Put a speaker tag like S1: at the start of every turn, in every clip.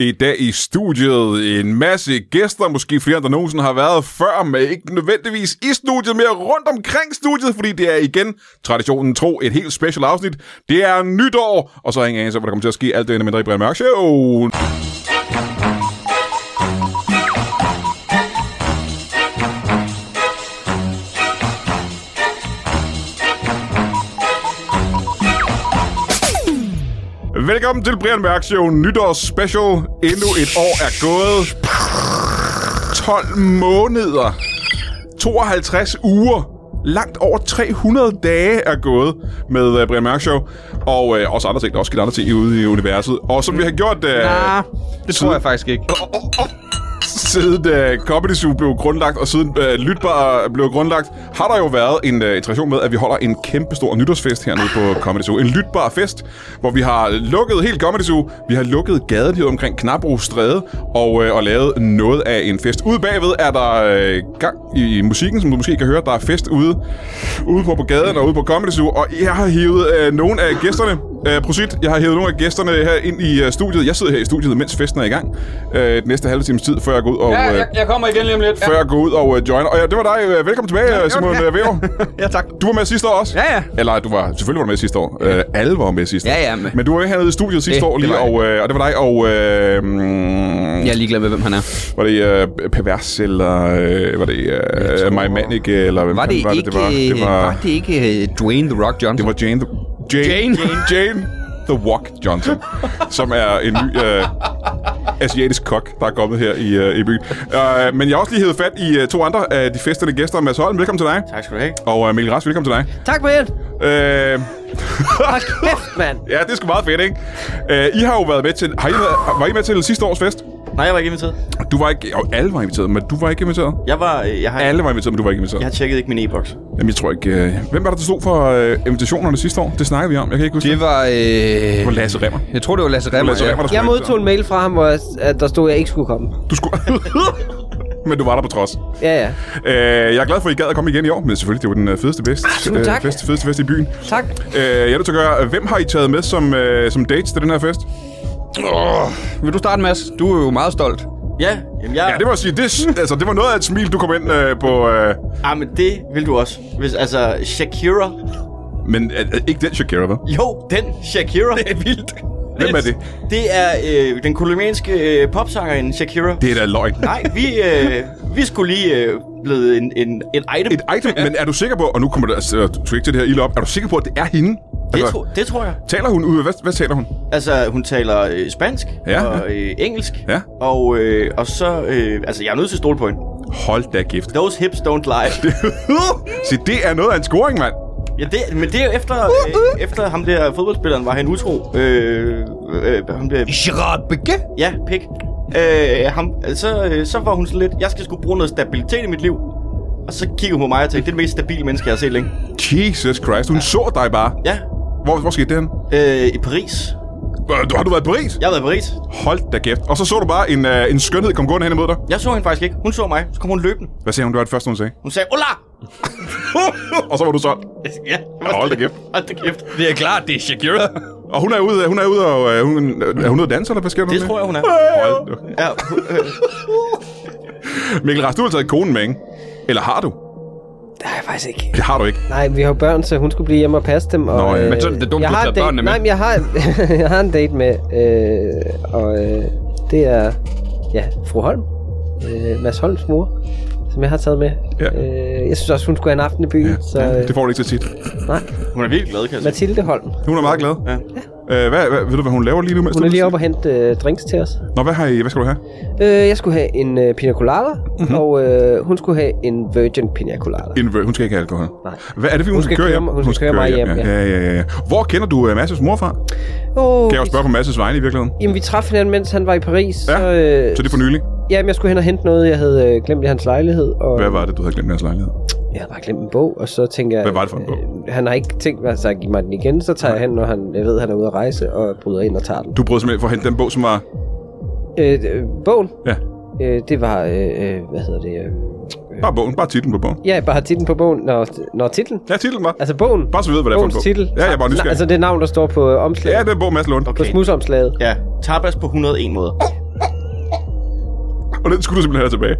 S1: I dag i studiet en masse gæster, måske flere end der nogensinde har været før, men ikke nødvendigvis i studiet, mere rundt omkring studiet, fordi det er igen, traditionen tro, et helt special afsnit. Det er nytår, og så har jeg ingen anelse om, hvad der kommer til at ske alt det endnu mindre i Brian Mørk Show. Velkommen til Brian Mørk Show nytårs special. Endnu et år er gået. 12 måneder. 52 uger. Langt over 300 dage er gået med uh, Brian Mørk Show. Og øh, også andre ting, der er også sket andre ting ude i universet. Og som vi har gjort... Øh,
S2: Ah, det tror jeg faktisk ikke.
S1: siden uh, Comedy Zoo blev grundlagt, og siden uh, Lytbar blev grundlagt, har der jo været en uh, tradition med, at vi holder en kæmpe stor nytårsfest hernede på Comedy Zoo. En lytbar fest, hvor vi har lukket helt Comedy Zoo. Vi har lukket gaden lige omkring Knabro Stræde, og, uh, og lavet noget af en fest. Ude bagved er der uh, gang i musikken, som du måske kan høre. Der er fest ude, ude på, på gaden og ude på Comedy Zoo, og jeg har hivet uh, nogle af gæsterne Øh, Prosit, jeg har hævet nogle af gæsterne her ind i øh, studiet. Jeg sidder her i studiet, mens festen er i gang. Øh, den næste halve times tid, før jeg går ud og...
S3: Ja,
S1: øh,
S3: jeg, jeg kommer igen lige om lidt.
S1: Før jeg går ud og øh, joiner. Og ja, det var dig. Øh, Velkommen tilbage, ja,
S2: jo,
S1: Simon
S2: ja.
S1: ja. Væver.
S2: Ja, tak.
S1: Du var med sidste år også?
S2: Ja, ja.
S1: Eller du var, selvfølgelig var du med sidste år. Øh, alle var med sidste år.
S2: Ja, ja, men-
S1: Men du var jo hernede i studiet sidste
S2: Det-
S1: år
S2: det
S1: lige,
S2: var
S1: og, øh, og det var dig og... Øh, mm,
S2: Jeg er ligeglad med, hvem han er.
S1: Var det øh, Pervers, eller øh, var det øh, tror, My Manic, eller hvem
S2: Var det,
S1: fanden
S2: var ikke,
S1: det var, det var,
S2: var det ikke øh, Dwayne The Rock
S1: Det
S2: Johnson?
S1: var Jane the...
S2: Jane.
S1: Jane, Jane The Walk Johnson, som er en ny øh, asiatisk kok, der er kommet her i, øh, i byen. Øh, men jeg har også lige hævet fat i øh, to andre af de festende gæster. Mads Holm, velkommen til dig.
S3: Tak skal du have.
S1: Og øh, Mikkel Rask, velkommen til dig.
S4: Tak, Brian.
S1: Øh,
S4: Hold kæft, mand.
S1: ja, det er sgu meget fedt, ikke? Øh, I har jo været med til... Har I været, var I med til sidste års fest?
S3: Nej, jeg var ikke inviteret.
S1: Du var ikke... Jo, alle var inviteret, men du var ikke inviteret.
S3: Jeg var... øh, Jeg har,
S1: Alle var inviteret, men du var ikke inviteret.
S3: jeg har tjekket ikke min e-boks.
S1: Jamen, jeg tror ikke... Øh, hvem var der, der stod for øh, invitationerne sidste år? Det snakkede vi om. Jeg kan ikke huske
S2: det var... Øh,
S1: Det var Lasse Remmer.
S2: Jeg tror, det var Lasse Remmer.
S1: Lasse Remmer, der
S4: Jeg
S1: skulle
S4: modtog en mail fra ham, hvor jeg- at der stod, at jeg ikke skulle komme.
S1: Du skulle... Men du var der på trods.
S4: Ja, ja.
S1: Øh, jeg er glad for, at I gad at komme igen i år, men selvfølgelig, det var den øh, fedeste fest,
S4: Ah, Tusind tak.
S1: fest, fedeste fest i byen.
S4: Tak.
S1: Øh, jeg er nødt til at gøre, hvem har I taget med som, øh, som dates til den her fest? Oh,
S2: Ja. Vil du starte, Mads? Du er jo meget stolt.
S3: Ja, jamen jeg...
S1: ja, det må jeg sige, det, altså, det var noget af et smil, du kom ind øh, på... Øh,
S3: Ah, men det vil du også. Hvis, altså, Shakira...
S1: men øh, ikke den Shakira, hvad?
S3: Jo, den Shakira. Det er vildt.
S1: Hvem er det?
S3: Det er øh, den kolumbianske øh, popsangerinde Shakira.
S1: Det er da løgn.
S3: Nej, vi, øh, vi skulle lige øh, blevet en, en, en item.
S1: Et item, men er du sikker på, og nu kommer der altså, du skal ikke til det her ild op, er du sikker på, at det er hende?
S3: det,
S1: Altså,
S3: tro, det tror jeg.
S1: Taler hun ud? Hvad, hvad taler hun?
S3: Altså, hun taler øh, spansk
S1: Ja,
S3: og øh, engelsk.
S1: Ja.
S3: Og, øh, og så... Øh, altså, jeg er nødt til at stole på hende.
S1: Hold da gift.
S3: Those hips don't lie.
S1: Se, det er noget af en scoring, mand.
S3: Ja, det, men det er jo efter, øh, efter ham der fodboldspilleren var han utro. Øh, øh, ham der,
S2: Gerard Begge?
S3: ja, pik. Øh, ham, så, øh, så var hun sådan lidt, jeg skal sgu bruge noget stabilitet i mit liv. Og så kiggede hun på mig og tænkte, det er det mest stabile menneske, jeg har set længe.
S1: Jesus Christ, hun ja. så dig bare.
S3: Ja,
S1: Hvor, hvor skete det hen?
S3: øh, i Paris.
S1: Øh, du- Har du været i Paris?
S3: Jeg har været i Paris.
S1: Hold da kæft. Og så så du bare en, øh, en skønhed komme gående hen imod dig.
S3: Jeg så hende faktisk ikke. Hun så mig. Så kom hun løbende.
S1: Hvad sagde hun? Det var det første, hun sagde.
S3: Hun sagde, Ola!
S1: og så var du solgt.
S3: Ja,
S1: Ja, hold da kæft.
S3: Hold da kæft.
S2: Det er klart, det er Shakira.
S1: Og hun er ude, hun er ude og... Øh, hun, er hun ude at danse, eller hvad sker der
S3: Det
S1: med?
S3: tror jeg, hun er.
S1: Hold da.
S3: Ja, øh,
S1: Mikkel Rast, du har taget konen med, ikke? Eller har du?
S4: Det har jeg faktisk ikke.
S1: Det har du ikke.
S4: Nej, vi har jo børn, så hun skulle blive hjemme og passe dem. Og, øh,
S1: Nå, ja.
S2: Men så er det dumt,
S4: jeg
S2: du
S4: har
S2: tager
S4: en date-
S2: børnene med.
S4: Nej, men jeg har, jeg har en date med, øh, og øh, det er, ja, fru Holm. Øh, Mads Holms mor, som jeg har taget med.
S1: Ja.
S4: Øh, jeg synes også, hun skulle have en aften i byen. Ja. Så,
S1: ja,
S4: øh,
S1: det får du ikke så tit.
S4: nej.
S3: hun er virkelig glad, kan jeg sige.
S4: Mathilde Holm.
S1: Hun er meget glad.
S3: Ja.
S1: Øh, hvad, hvad, ved du, hvad hun laver lige nu? Mens
S4: Hun er
S1: du-
S4: lige oppe og hente øh, drinks til os.
S1: Nå, hvad, har I, hvad skal du have?
S4: Øh, jeg skulle have en øh, pina colada,
S1: Mhm.
S4: mm-hmm. og øh, hun skulle have en virgin pina colada.
S1: En, vø- hun skal ikke have alkohol.
S4: Nej.
S1: Hvad er det, fordi hun,
S4: Hun skal
S1: køre
S4: køre
S1: hjem?
S4: mig- hun skal køre mig hjem,
S1: ja. Ja, ja, ja. Hvor kender du uh, Masses mor fra? Kan
S4: Oh,
S1: jeg jo spørge på Masses vegne i virkeligheden?
S4: Jamen, vi traf hinanden, mens han var i Paris.
S1: Ja,
S4: så, øh,
S1: Så det er for nylig.
S4: Jamen, jeg skulle hen og hente noget, jeg havde øh, glemt i hans lejlighed. Og,
S1: Hvad var det, du havde glemt i hans lejlighed?
S4: Jeg havde bare glemt en bog, og så tænker jeg...
S1: Hvad var det for en bog?
S4: Øh, han har ikke tænkt sig at give mig den igen, så tager jeg hen, når han, jeg ved, han er ude at rejse, og bryder ind og tager den.
S1: Du prøvede simpelthen for at hente den bog, som var...
S4: Øh, øh, bogen,
S1: Ja,
S4: øh, det var... Øh, øh, hvad hedder det? Øh,
S1: bare bogen. Bare titlen på bogen.
S4: ja, bare titlen på bogen. Når, når titlen?
S1: Ja, titlen var.
S4: Altså bogen?
S1: Bare så vi ved, hvad det er for en
S4: bogens
S1: bog.
S4: titel?
S1: Ja, jeg er bare nysgerrig.
S4: Altså det navn, der står på øh, omslaget.
S1: Ja, det er en bog, Mads Lund.
S4: På
S3: Okay.
S4: smudsomslaget.
S3: Ja, tapas på 101 måder.
S1: og den skulle du simpelthen have tilbage.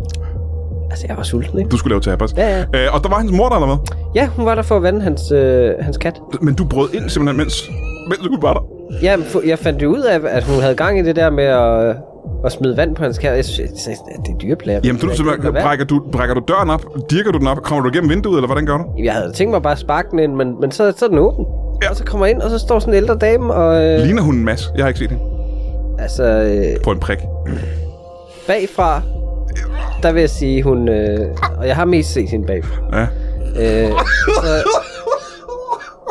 S4: Altså, jeg var sulten, ikke?
S1: Du skulle lave tapas.
S4: Ja, ja.
S1: Øh, og der var hendes mor der, eller hvad?
S4: Ja, hun var der for at vande hans, øh, hans kat.
S1: Men du brød ind simpelthen, mens, mens hun var der.
S4: Ja, men fu- jeg fandt jo ud af, at hun havde gang i det der med at, øh, at smide vand på hans kat. Jeg synes, jeg synes, at det er dyreplager.
S1: Jamen, du, du simpelthen, brækker, du, brækker du døren op? Dirker du den op? Kommer du igennem vinduet, eller hvordan gør du?
S4: Jeg havde tænkt mig bare at sparke den ind, men, men så, så er den åben.
S1: Ja.
S4: Ja. Og så kommer jeg ind, og så står sådan en ældre dame, og øh,
S1: Ligner hun en masse? Jeg har ikke set hende.
S4: altså, øh,
S1: På en prik.
S4: bagfra, der vil jeg sige, hun... Øh, og jeg har mest set hende bagfra.
S1: Ja.
S4: Øh, så,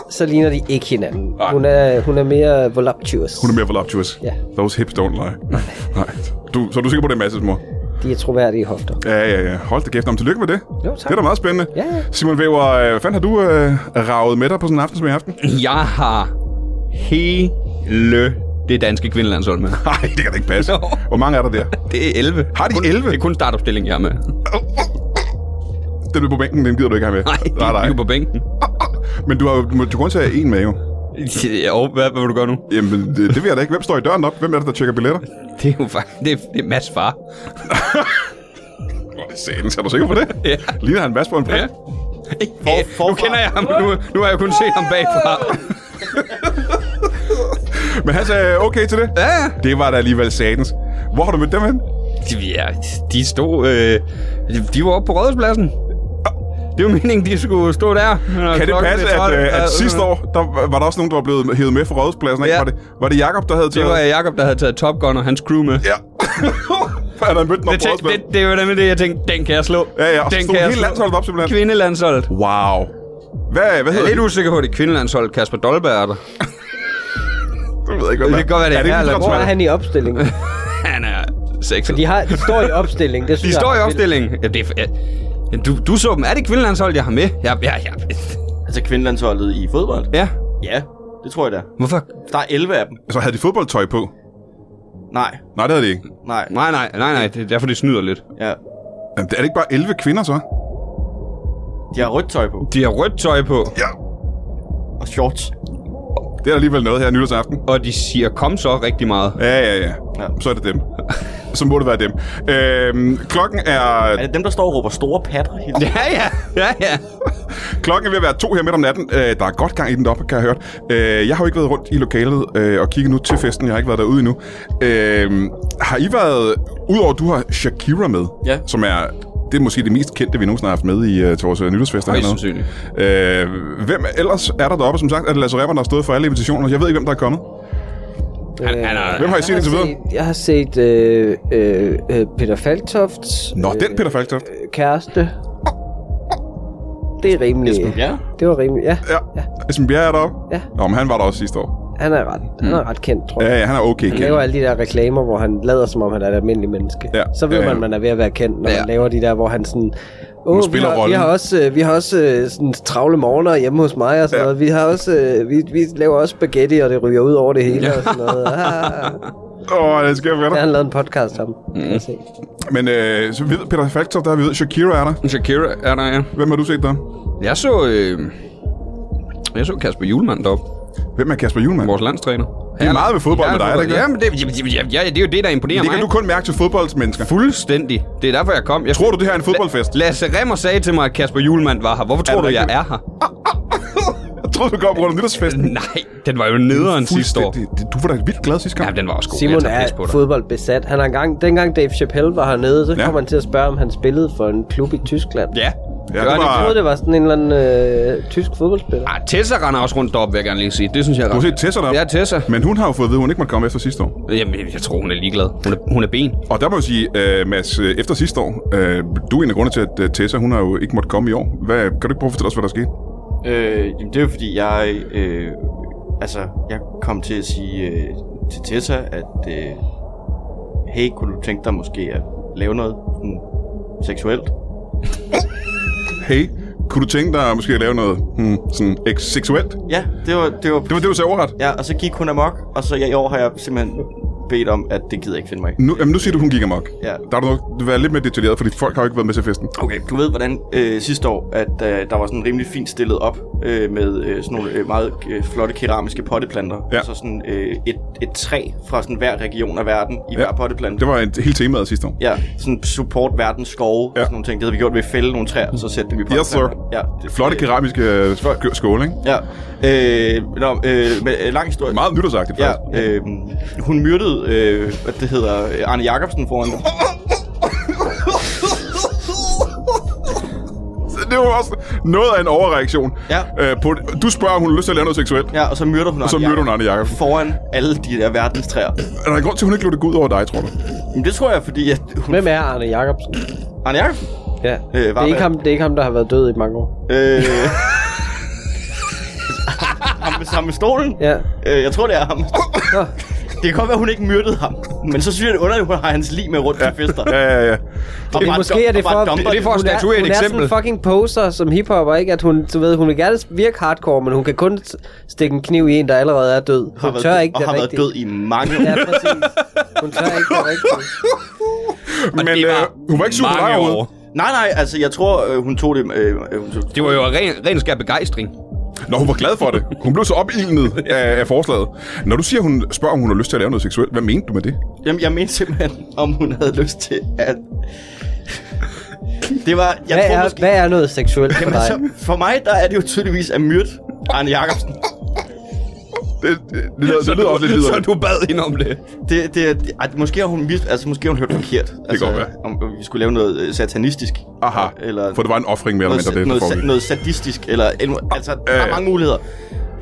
S4: så ligner de ikke hinanden.
S1: Nej.
S4: Hun er, hun er mere voluptuous.
S1: Hun er mere voluptuous.
S4: Ja.
S1: Those hips don't lie. Nej. Du, så er du sikker på, det er Masses mor?
S4: De er troværdige hofter.
S1: Ja, ja, ja. Hold da kæft. Om tillykke med det.
S4: Jo, tak.
S1: Det er da meget spændende.
S4: Ja, ja.
S1: Simon Væver, øh, hvad fanden har du øh, ravet med dig på sådan en aften som i aften?
S2: Jeg har hele det danske kvindelandshold med.
S1: Nej, det kan da ikke passe.
S2: Nå.
S1: Hvor mange er der der?
S2: Det er 11.
S1: Har de
S2: kun,
S1: 11?
S2: Det er kun startopstilling, jeg er med. Nej,
S1: Den er på bænken, den gider du ikke have med.
S2: de er jo på bænken.
S1: Men du har jo du kun tage en med, jo.
S2: Jo, hvad, hvad vil du gøre nu?
S1: Jamen, det, det ved jeg da ikke. Hvem står i døren op? Hvem er det, der tjekker billetter?
S2: Det er jo faktisk... Det er, det er Mads far.
S1: Åh, Satan, er du sikker på det?
S2: Ja.
S1: Ligner han Mads på en prik?
S2: Ja.
S1: Ja.
S2: For,
S3: forfra.
S2: nu kender jeg ham. Nu, nu har jeg kun set ham bagfra.
S1: Men han sagde okay til det?
S2: Ja,
S1: Det var da alligevel satans. Hvor har du mødt dem hen?
S2: de, ja, de stod... Øh, de, de var oppe på rådhuspladsen. Det var meningen, de skulle stå der. når
S1: Kan det
S2: klokken
S1: passe,
S2: blev
S1: at,
S2: 12?
S1: øh,
S2: Ja,
S1: at sidste år, der var- var der også nogen, der var blevet hævet med fra rådspladsen? Ja.
S2: Ja.
S1: Var, det, var det Jacob, der havde
S2: Det
S1: taget?
S2: var Jakob der havde taget Top Gun og hans crew med.
S1: Ja. han havde mødt den op
S2: Det,
S1: på
S2: tæ- det,
S1: rådspladsen.
S2: det var nemlig det, jeg tænkte, den kan jeg slå.
S1: Ja, ja, og så
S2: den
S1: stod hele landsholdet op simpelthen.
S2: Kvindelandsholdet.
S1: Wow. Hvad, hvad
S2: Jeg er
S1: hedder
S2: lidt usikker på, at det er kvindelandsholdet Kasper Dolberg er der.
S1: det? Jeg ved ikke, hvad
S2: det kan godt være, det
S1: er.
S2: er
S1: det
S2: her,
S1: en
S2: eller
S4: Hvor er
S1: idrætsmand?
S4: han i opstillingen?
S2: Han er sexet.
S4: De, har, de står i opstilling. Det synes
S2: De
S4: jeg
S2: står i
S4: er vildt.
S2: opstillingen. Ja, det er, ja, du, du så dem. Er det kvindelandsholdet, jeg har med? Ja, ja, ja.
S3: Altså kvindelandsholdet i fodbold?
S2: ja.
S3: Ja, det tror jeg da.
S2: Hvorfor?
S3: Der er 11 af dem.
S1: Så Altså, havde de fodboldtøj på?
S3: Nej,
S1: Nej, det havde de ikke.
S3: nej,
S2: Nej, nej, nej, nej. Det er derfor, det snyder lidt.
S3: ja.
S1: Jamen, er det ikke bare 11 kvinder, så?
S3: De har rødt tøj på.
S2: De har rødt tøj på,
S1: Ja.
S3: Og shorts.
S1: Det er der alligevel noget her nytårsaften.
S2: og de siger, kom så rigtig meget.
S1: Ja, ja, ja, ja.
S3: Ja.
S1: Så er det dem. Så må det være dem. Øhm, klokken er
S3: Er det dem, der står og råber store patter hele tiden?
S2: Ja, ja, ja, ja.
S1: Klokken er ved at være to her midt om natten. Øh, der er godt gang i den deroppe, kan jeg høre. Øh, jeg har jo ikke været rundt i lokalet øh, og kigget nu til festen. Jeg har ikke været derude endnu. Øh, har I været... Udover at du har Shakira med,
S3: Ja.
S1: som er... Det er måske det mest kendte, vi nogensinde har haft med i øh, til vores øh, nytårsfest.
S2: Højst
S1: hernede.
S2: sandsynligt.
S1: Øh, hvem ellers er der deroppe? Som sagt er det Lasse Remmer, der har stået for alle invitationer. Jeg ved ikke, hvem der er kommet.
S2: Han, han er,
S1: Hvem har I set
S4: Øh, Jeg
S1: indtil videre?
S4: set- Jeg har set øh, øh, øh, Peter Faltofts
S1: Nå, den Peter Falktoft.
S4: øh, kæreste. Det er rimelig.
S3: Ja.
S4: Det var rimeligt, ja.
S1: Ja. Esben Bjerre er deroppe.
S4: Ja.
S1: Nå, men han var der også sidste år.
S4: Han er ret, han er ret kendt, tror jeg.
S1: Ja, ja, han er okay
S4: Han
S1: kendt.
S4: laver alle de der reklamer, hvor han lader, som om han er et almindeligt menneske.
S1: Ja.
S4: Så ved
S1: Ja, ja.
S4: man, man er ved at være kendt, når
S2: Ja.
S4: man laver de der, hvor han sådan... Åh, vi,
S1: spiller
S4: har, vi
S1: rollen."
S4: har også, øh, vi har også øh, sådan travle morgener hjemme hos mig og
S1: Ja.
S4: sådan ja. noget. Vi, har også, øh, vi, vi laver også spaghetti, og det ryger ud over det hele og sådan noget. Ah,
S1: Åh, oh, det sker for
S4: der har
S1: dig.
S4: han lavet en podcast om. Mm. Kan jeg se.
S1: Men øh, så ved Peter Falktoft, der er vi ved. Shakira er der.
S2: Shakira er der, ja.
S1: Hvem har du set der?
S2: Jeg så, øh, jeg så Kasper Julemand deroppe,
S1: Hvem er Kasper Julemand?
S2: vores landstræner.
S1: Det er meget ved fodbold med dig, er det ikke
S2: Ja, men det, ja, ja, ja, det er jo det, der imponerer
S1: Det kan
S2: mig.
S1: du kun mærke til fodboldsmennesker.
S2: Fuldstændig. Det er derfor, jeg kom. Jeg
S1: Tror du, det her er en fodboldfest?
S2: Lasse Remmer sagde til mig, at Kasper Julemand var her. Hvorfor tror du, jeg
S1: rigtigt?
S2: er her?
S1: Jeg troede, du kom rundt om nytårsfesten.
S2: Nej, den var jo nederen sidste år.
S1: Fuldstændig. Det- Du var da vildt glad sidste gang.
S2: Ja, den var også god. Jeg
S4: Simon
S2: tager pis
S4: er fodboldbesat. Han har engang, dengang Dave Chappelle var hernede, så
S1: Ja.
S4: ja. kom han til at spørge, om han spillede for en klub i Tyskland.
S2: Ja.
S1: Ja,
S2: Gør
S1: det
S2: det.
S1: var-
S4: Jeg troede, det var sådan en eller anden øh, tysk fodboldspiller.
S2: Ah, Tessa render også rundt deroppe, vil jeg gerne lige sige. Det synes jeg er
S1: Du har set
S2: ret.
S1: Tessa deroppe?
S2: Ja, Tessa.
S1: Men hun har jo fået at vide, at hun ikke måtte komme efter sidste år.
S2: Jamen, jeg- jeg tror, hun er ligeglad. Hun er, hun er ben.
S1: Og der må jeg sige, uh, Mads, øh, efter sidste år, uh, du er en af grunde til, at øh, Tessa, hun har jo ikke måtte komme i år. Hvad, kan du ikke prøve at fortælle os, hvad der skete?
S3: Øh, jamen, det er jo fordi, jeg... Øh, altså, jeg kom til at sige øh, til Tessa, at... Øh, hey, kunne du tænke dig måske at lave noget sådan, seksuelt?
S1: Hey, kunne du tænke dig måske at lave noget hmm, sådan ek- seksuelt?
S3: Ja, det var... Det var,
S1: Det var det, du sagde overret.
S3: Ja, og så gik hun amok, og så i år har jeg simpelthen bedt om, at det gider jeg ikke finde mig i.
S1: Nu, jamen, nu siger du, hun gik amok.
S3: Ja.
S1: Der er du nok være lidt mere detaljeret, fordi folk har jo ikke været med til festen.
S3: Okay, du ved, hvordan øh, sidste år, at øh, der var sådan rimelig fint stillet op øh, med øh, sådan nogle øh, meget øh, flotte keramiske potteplanter.
S1: Ja.
S3: Ja. Altså sådan øh, et, et træ fra sådan hver region af verden i ja. hver potteplante.
S1: Det var et helt temaet sidste år.
S3: Ja, sådan support verdens skove ja.
S1: Ja.
S3: og sådan nogle ting. Det havde vi gjort ved at fælde nogle træer, og så sætte dem i potteplanter.
S1: sir.
S3: Ja, det,
S1: Flotte keramiske øh, sk- skåle, ikke?
S3: Ja. Øh, nå, øh, men, øh, lang historie.
S1: Meget nytårsagtigt,
S3: Ja,
S1: faktisk.
S3: øh, hun myrdede, øh, hvad det hedder, øh, Arne Jacobsen foran mig.
S1: Det var også noget af en overreaktion.
S3: Ja.
S1: Øh, på, du spørger, om hun har lyst til at lave noget seksuelt.
S3: Ja, og så myrder hun Arne
S1: Og så myrder hun
S3: Jacobsen
S1: Arne Jacobsen.
S3: Foran alle de der verdens træer.
S1: Er der en grund til, at hun ikke lå det gå ud over dig, tror du?
S3: Men det tror jeg, fordi at hun...
S4: Hvem er Arne Jacobsen?
S3: Arne Jacobsen?
S4: Ja.
S3: Øh,
S4: det, er
S3: Varberg.
S4: ikke ham, det er ikke ham, der har været død i mange år.
S3: Øh... ham, med, ham med stolen?
S4: Ja.
S3: Øh, jeg tror, det er ham.
S4: Nå,
S3: Det kan godt være, hun ikke myrdede ham. Men så synes jeg, det er underligt, at hun har hans lig med rundt til fester.
S1: Ja, ja, ja.
S3: Og
S4: det,
S3: bare
S4: måske
S3: dum-
S4: er det
S3: og
S4: for...
S3: bare dumper
S2: Det er for at
S4: hun
S2: statuere et
S4: hun
S2: eksempel.
S4: er sådan en fucking poser som hiphopper, ikke? At hun, du ved, hun vil gerne virke hardcore, men hun kan kun s- stikke en kniv i en, der allerede er død.
S3: har
S4: Hun
S3: været,
S4: tør
S3: død-
S4: ikke
S3: og
S4: det
S3: har været
S4: rigtige.
S3: død i mange år.
S4: Ja, præcis. Hun tør ikke det rigtige.
S1: Men
S2: det var
S1: øh, hun var ikke super
S2: mange
S1: dig
S2: år.
S1: overhovedet.
S3: Nej, nej, altså jeg tror, øh, hun tog det... Øh, øh, hun tog,
S2: Det var jo ren, ren skær begejstring.
S1: Nå, hun var glad for det. Hun blev så opildnet af, af forslaget. Når du siger, hun spørger, om hun har lyst til at lave noget seksuelt, hvad mente du med det?
S3: Jamen, jeg mente simpelthen, om hun havde lyst til at... Det var... Jeg
S4: Hvad
S3: tror
S4: er,
S3: måske...
S4: hvad er noget seksuelt for
S3: Jamen,
S4: dig?
S3: altså, for mig, der er det jo tydeligvis at myrde Arne Jacobsen.
S1: Det, det, det, lyder- det lyder også lidt
S2: Så
S1: videre.
S2: du bad hende om det.
S3: Det, det, det, ej, måske har hun mis, altså, måske har hun hørt forkert. Det altså,
S1: godt være.
S3: Om, om vi skulle lave noget øh, satanistisk.
S1: Aha,
S3: Eller
S1: for det var en offring mere eller
S3: noget,
S1: mindre, det
S3: noget,
S1: der
S3: noget,
S1: foregik.
S3: sa- noget sadistisk. Eller, altså, der
S1: Øh.
S3: er mange muligheder.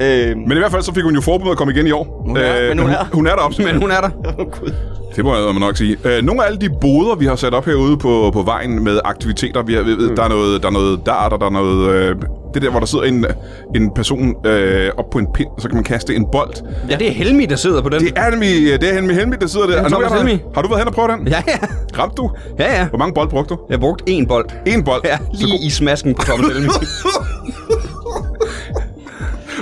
S3: Øh, men,
S1: Men i hvert fald så fik hun jo forbud mod at komme igen i år. Øh,
S3: Hun er- men hun er-
S1: hun er deroppe.
S2: Men hun er der.
S3: oh, Gud.
S1: Det må jeg man nok sige. Øh, nogle af alle de boder, vi har sat op herude på, på vejen med aktiviteter, vi har, vi- vi- der, er noget, der er noget dart, og der er noget... Øh, det der, hvor der sidder en, en person øh, op på en pind, og så kan man kaste en bold.
S2: Ja, det er Helmi, der sidder på den.
S1: Det er Helmi, det er Helmi Helmi, der sidder der.
S2: er
S1: Og nu
S2: Thomas
S1: der-
S2: Helmi.
S1: Har du været hen og prøvet den?
S2: Ja, ja.
S1: Ramte du?
S2: Ja, ja.
S1: Hvor mange bold brugte du?
S2: Jeg brugte én bold.
S1: En bold.
S2: Ja,
S1: Så
S2: lige i smasken på Thomas Helmi.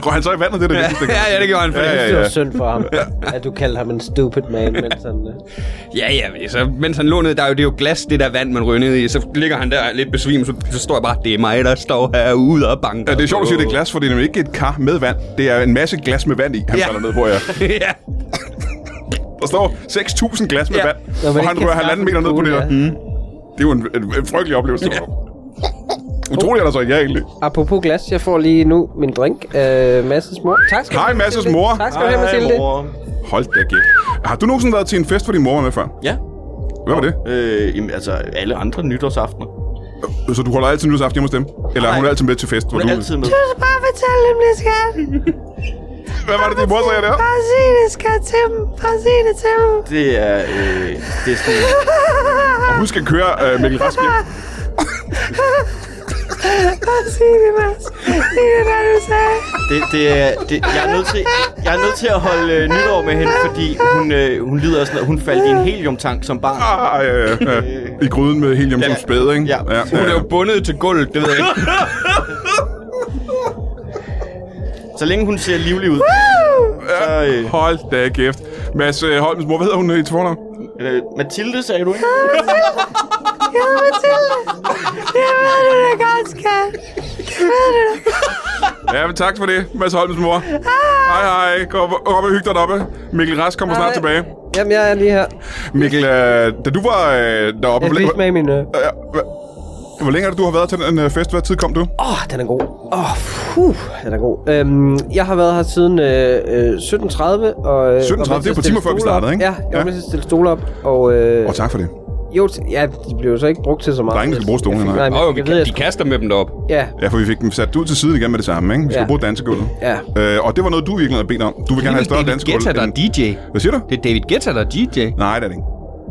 S1: røg han så i vandet, det er det
S2: Ja,
S1: vigtigste.
S2: ja, det gjorde han, for
S1: Ja,
S2: jeg
S1: ja,
S4: Det var
S1: ja.
S4: synd for ham, at du kaldte ham en stupid man, men sådan... øh.
S2: ja, ja, men så mens han lå ned, der er jo, det er jo glas, det der vand, man ryger ned i. Så ligger han der lidt besvimet, så, så står jeg bare, det er mig, der står herude og banker.
S1: Ja, det er sjovt, at sige, det er glas, for det er nemlig ikke et kar med vand. Det er en masse glas med vand i, han
S2: Ja.
S1: ja. falder ned på, ja.
S2: ja.
S1: Der står 6.000 glas med ja.
S2: Ja.
S1: vand,
S4: Når man
S1: og
S4: ikke
S1: han
S4: kan
S1: rører
S4: skaffe
S1: halvanden
S4: en
S1: meter ned på
S4: kugle,
S1: det her.
S4: ja.
S1: Mm. Det er jo en, en, en frygtelig oplevelse. Ja. Utrolig er der så ikke, jeg egentlig.
S4: Apropos glas, jeg får lige nu min drink. Øh, Masses mor. Tak skal du
S1: Hej,
S4: have,
S1: Masses
S4: Mathilde.
S1: mor.
S4: Tak skal du have,
S3: Ej,
S4: Mathilde.
S3: mor.
S1: Hold da kæft. Har du nogensinde været til en fest, hvor din mor var med før?
S3: Ja.
S1: Hvad var det?
S3: Øh, jamen, altså, alle andre nytårsaftener.
S1: Så du holder altid nytårsaften hjemme hos dem? Eller er hun
S3: Nej.
S1: altid med til fest? Hvor
S3: Hun
S1: du...
S3: er altid med.
S5: skal bare fortælle dem det, skat.
S1: Hvad var det, din mor sagde der?
S5: Bare sig det, skat, til dem. Bare sig det til dem.
S3: Det er, øh, det er sådan...
S1: Og husk at køre øh, Mikkel Rask hjem.
S5: Bare sig det, Mads. Det er det, du sagde.
S3: Det, det, er- det, jeg, er nødt til, jeg er nødt til at holde øh, nytår med hende, fordi hun, øh, hun lider af sådan noget. Hun faldt i en heliumtank som barn.
S1: Ah, ja, ja, ja. I gryden med helium som spæde, ikke?
S3: Ja.
S2: Hun er jo bundet til gulvet, det ved jeg ikke.
S3: Så længe hun ser livlig ud. Så, øh,
S1: Hold da kæft. Mads øh, Holms mor, hvad hedder hun i til fornavn?
S3: øh, Mathilde, sagde du, ikke?
S5: Jeg hedder Mathilde. Det ved du da godt, skat. Det ved du da godt.
S1: Ja, men tak for det, Mads Holms mor. Hej, hej. Kom op- op og hyg dig deroppe. Mikkel Rask kommer snart
S4: Hej.
S1: tilbage.
S4: Jamen, jeg er lige her.
S1: Mikkel, øh, da du var øh, deroppe...
S4: Jeg
S1: hvor-
S4: spiste med i min... øh.
S1: Ja, hva- Hvor længe er det, du har været til den øh, fest? Hvad tid kom du?
S4: Åh, oh, den er god. Åh, oh, puh, den er god. Øhm, jeg har været her siden øh, øh, 17.30. Og, øh,
S1: 17.30,
S4: og
S1: det er jo
S4: med til at
S1: på
S4: stille
S1: timer før vi
S4: stole op.
S1: startede, ikke?
S4: Ja, jeg
S1: Ja.
S4: var med til at stille stole op, og... Øh,
S1: Åh, oh, tak for det.
S4: Jo, t- ja, de blev jo så ikke brugt til så meget.
S1: Drengene skal bruge stolene,
S4: Jeg fik-
S1: nej.
S4: men
S2: Åh,
S4: jeg
S2: vi
S4: ved,
S2: kan,
S4: jeg
S2: de
S4: skulle-
S2: kaster med dem derop.
S4: Ja,
S1: Ja, for vi fik dem sat ud til side igen med det samme, ikke? Vi skulle
S4: Ja.
S1: bruge dansegulvet.
S4: Ja.
S1: Øh, og det var noget, du virkelig havde bedt om. Du vil gerne have et større
S2: David
S1: dansegulv.
S2: Guetta, der er
S1: end-
S2: DJ.
S1: Hvad siger du?
S2: Det er David Guetta, der er DJ.
S1: Nej, det er det ikke.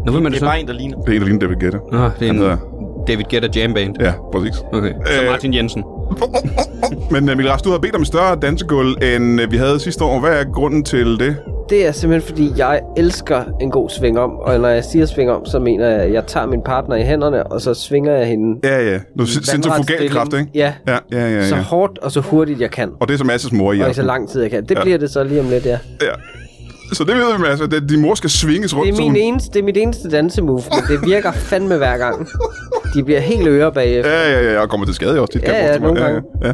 S2: Nå, hvem er det
S3: Det er
S2: så?
S3: bare en, der ligner.
S1: Det er en, der ligner David Guetta.
S2: Nå, det er
S1: Han
S2: en
S1: hedder...
S2: David Guetta Jam Band.
S1: Ja, præcis.
S2: Okay, så
S1: Øh,
S2: Martin Jensen.
S1: Men øh, Mikkel Rask, du havde bedt om et større dansegulv, end øh, vi havde sidste år. Hvad er grunden til det?
S4: det er simpelthen fordi, jeg elsker en god sving om. Og når jeg siger sving om, så mener jeg, at jeg tager min partner i hænderne, og så svinger jeg hende.
S1: Ja, ja. Noget sin- centrifugalkraft, ikke?
S4: Ja.
S1: Ja, ja, ja,
S4: Så
S1: ja.
S4: hårdt og så hurtigt jeg kan.
S1: Og det er så Masses mor i
S4: Og i så
S1: aften.
S4: lang tid jeg kan. Det bliver det så lige om lidt, ja.
S1: Ja. Så det ved vi, Mads, at det- din mor skal svinges
S4: Det
S1: rundt.
S4: er,
S1: så
S4: min
S1: hun-
S4: eneste, det er mit eneste dansemove, men det virker fandme hver gang. De bliver helt øre bagefter.
S1: Ja, ja, ja, og kommer til skade jo også. Dit
S4: Ja, ja, nogle gange.
S1: Ja, ja.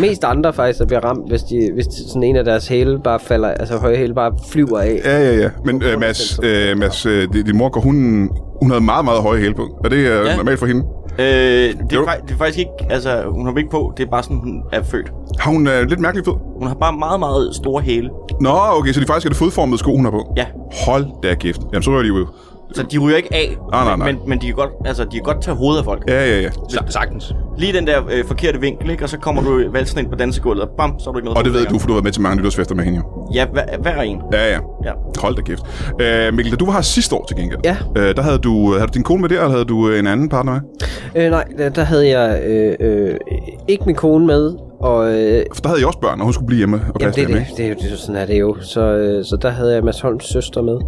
S4: Mest andre faktisk, der bliver ramt, hvis, de, hvis de- sådan en af deres hæle bare falder, altså høje hæle bare flyver af.
S1: Ja, ja, ja. Men øh, Mads, øh, Mads øh, din din mor går hun, hun havde meget, meget høje hæle på. Er det øh, ja.
S3: Ja.
S1: normalt for hende?
S3: Øh, det,
S1: Jo.
S3: er, fak- det er faktisk ikke, altså hun har dem ikke på, det er bare sådan, hun er født.
S1: Har hun øh, lidt mærkelig fed?
S3: Hun har bare meget, meget store hæle.
S1: Nå, okay, så de faktisk er det fodformede sko, hun har på?
S3: Ja.
S1: Hold da gift. Jamen, så rører de ud.
S3: Så de ryger ikke af,
S1: Nej, nej, nej.
S3: Men, men de, kan godt, altså, de kan godt tage hovedet af folk.
S1: Ja, ja, ja.
S2: Sa- sagtens.
S3: Lige den der øh, forkerte vinkel, ikke? og så kommer du valsen ind på dansegulvet, og bam, så er du ikke noget.
S1: Og det ved
S3: hovedlængere.
S1: du, for du har været med til mange nytårsfester med hende jo.
S3: Ja, hver, hver en.
S1: Ja, ja.
S3: Ja.
S1: Hold da kæft. Øh, Mikkel, da du var her sidste år til gengæld,
S4: Ja.
S1: øh, der havde du, havde du din kone med der, eller havde du øh, en anden partner med?
S4: Øh, nej, der, der havde jeg øh, øh, ikke min kone med, og øh,
S1: For der havde jeg også børn, og hun skulle blive hjemme og
S4: jamen,
S1: passe
S4: det, er
S1: dem,
S4: det,
S1: ikke?
S4: det, er jo- det, er jo sådan er det jo. Så, øh, så der havde jeg Mads Holms søster med,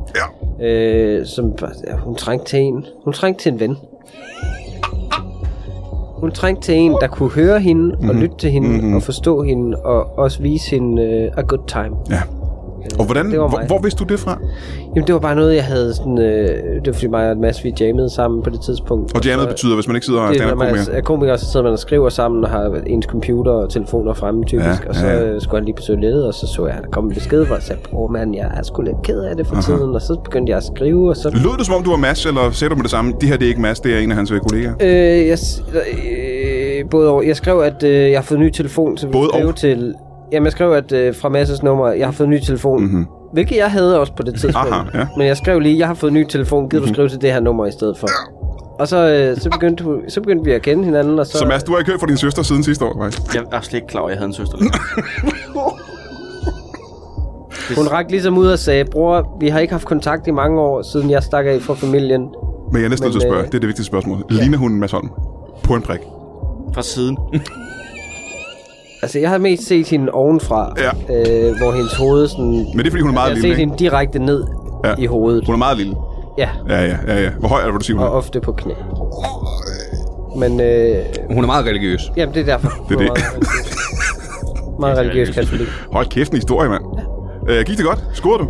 S1: Ja.
S4: øh, som bare- ja, hun trængte til en. Hun trængte til en ven. Hun trængte til en, der kunne høre hende, mm-hmm. og
S1: Mhm.
S4: lytte til hende, mm-hmm. og forstå hende, og også vise hende øh, a good time.
S1: ja. Og hvordan,
S4: det var
S1: hvor,
S4: mig.
S1: hvor vidste du det fra?
S4: Jamen, det var bare noget, jeg havde sådan... Øh, det var fordi mig og Mads, vi jammede sammen på det tidspunkt.
S1: Og jamet
S4: så-
S1: betyder, hvis man ikke sidder og er
S4: det er, når man
S1: stand-up-komiker.
S4: er komiker, så sidder man og skriver sammen og har ens computer og telefoner fremme typisk,
S1: Ja,
S4: ja, og så
S1: ja, ja.
S4: ja. skulle han lige på toilettet, og så så jeg, at der kom en besked, hvor jeg sagde, åh mand, jeg er sgu lidt ked af det for Aha. tiden, og så begyndte jeg at skrive, og så...
S1: Lød det som om, du var Mads, eller sagde du med det samme, det her det er ikke Mads, det er en af hans øh, kollegaer?
S4: Øh, jeg, s- øh, både og, jeg skrev, at øh, jeg har fået ny telefon, så vi
S1: Både
S4: skrev
S1: og?
S4: til... Jamen, jeg skrev, at øh, fra Masses nummer, jeg har fået ny telefon. Mm-hmm. Hvilket jeg havde også på det tidspunkt.
S1: Mhm. Aha, ja. Mhm.
S4: Men jeg skrev lige, jeg har fået ny telefon, gider mm-hmm. du skrive til det her nummer i stedet for? Og så, øh, så, begyndte, hun- så begyndte vi at kende hinanden, og så...
S1: Så Mads, du har ikke hørt fra din søster siden sidste år, faktisk?
S3: Jeg er slet ikke klar over, at jeg havde en søster. længere.
S4: Hun rakte ligesom ud og sagde, bror, vi har ikke haft kontakt i mange år, siden jeg stak af fra familien.
S1: Men jeg er næsten
S4: Men,
S1: nødt til at spørge,
S4: øh,
S1: det er det vigtigste spørgsmål. Ligner hun Mads Holm? På en prik.
S3: Fra siden.
S4: Altså, jeg har mest set hende ovenfra,
S1: Ja.
S4: øh, hvor hendes hoved sådan...
S1: Men det er, fordi hun er meget
S4: jeg har
S1: lille,
S4: set
S1: ikke?
S4: hende direkte ned
S1: Ja.
S4: ja. i hovedet.
S1: Hun er meget lille.
S4: Ja,
S1: Ja, ja, ja, ja. Hvor høj er det, hvor du siger, hun
S4: og
S1: er?
S4: ofte på knæ. Men, øh,
S2: Hun er meget religiøs.
S4: jamen, det er derfor.
S1: Det er
S4: Hun
S1: det.
S4: er Meget religiøs, meget religiøs katolik.
S1: Hold kæft, en historie, mand. Øh, gik det godt? Scorede du?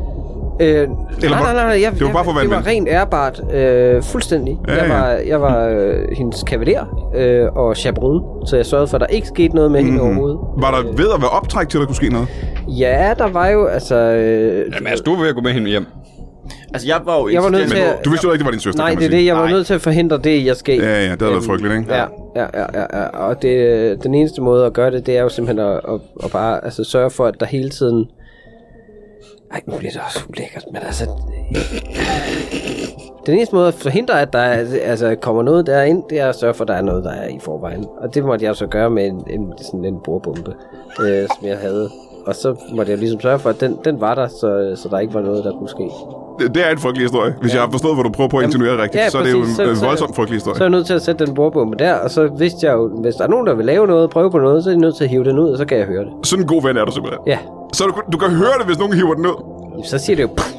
S4: Øh,
S1: Eller
S4: nej,
S1: hvor-
S4: nej, nej, nej, jeg,
S1: det var bare for at være
S4: jeg, det
S1: en
S4: var rent ærbart, øh, fuldstændig.
S1: Ja,
S4: Ja, jeg
S1: ja.
S4: var, jeg var øh, hendes kavaler øh, og chaperone, så jeg sørgede for, at der ikke skete noget med
S1: Mhm.
S4: mm-hmm. hende overhovedet.
S1: Var der ved at være optræk til, at der kunne ske noget?
S4: Ja, der var jo, altså... Øh,
S2: Jamen, altså, du er ved at gå med hende hjem.
S3: Altså, jeg var jo
S4: Jeg var nødt
S3: insistent
S1: Men
S4: til
S3: på-
S4: at-
S1: du vidste jo ikke, det var din søster,
S4: nej,
S1: kan man
S4: det er det, jeg var
S3: Nej.
S4: nødt til at forhindre det, i at ske.
S1: Ja, ja, det havde været
S4: Øhm,
S1: frygteligt, ikke?
S4: Ja, ja, ja, ja, ja. Og det, øh, den eneste måde at gøre det, det er jo simpelthen at, at, at bare altså, sørge for, at der hele tiden... Ej, nu bliver det også ulækkert, men altså... Den eneste måde at forhindre, at der er- altså, kommer noget derind, det er at sørge for, at der er noget, der er i forvejen. Og det måtte jeg så gøre med en, en, sådan en bordbombe, øh, som jeg havde. Og så måtte jeg ligesom sørge for, at den, den var der, så, så der ikke var noget, der kunne ske.
S1: Det, det er en frygtelig historie. Hvis jeg har forstået, hvad du prøver på at insinuere rigtigt, så er det jo en,
S4: præcis.
S1: en voldsom frygtelig historie.
S4: Så er jeg nødt til at sætte den bordbombe der, og så vidste jeg jo, hvis der er nogen, der vil lave noget, prøve på noget, så er de nødt til at hive den ud, og så kan jeg høre det.
S1: Sådan en god ven er du simpelthen.
S4: Ja,
S1: Så du, du kan høre det, hvis nogen hiver den ned.
S4: Jamen, så siger det jo, "Pff,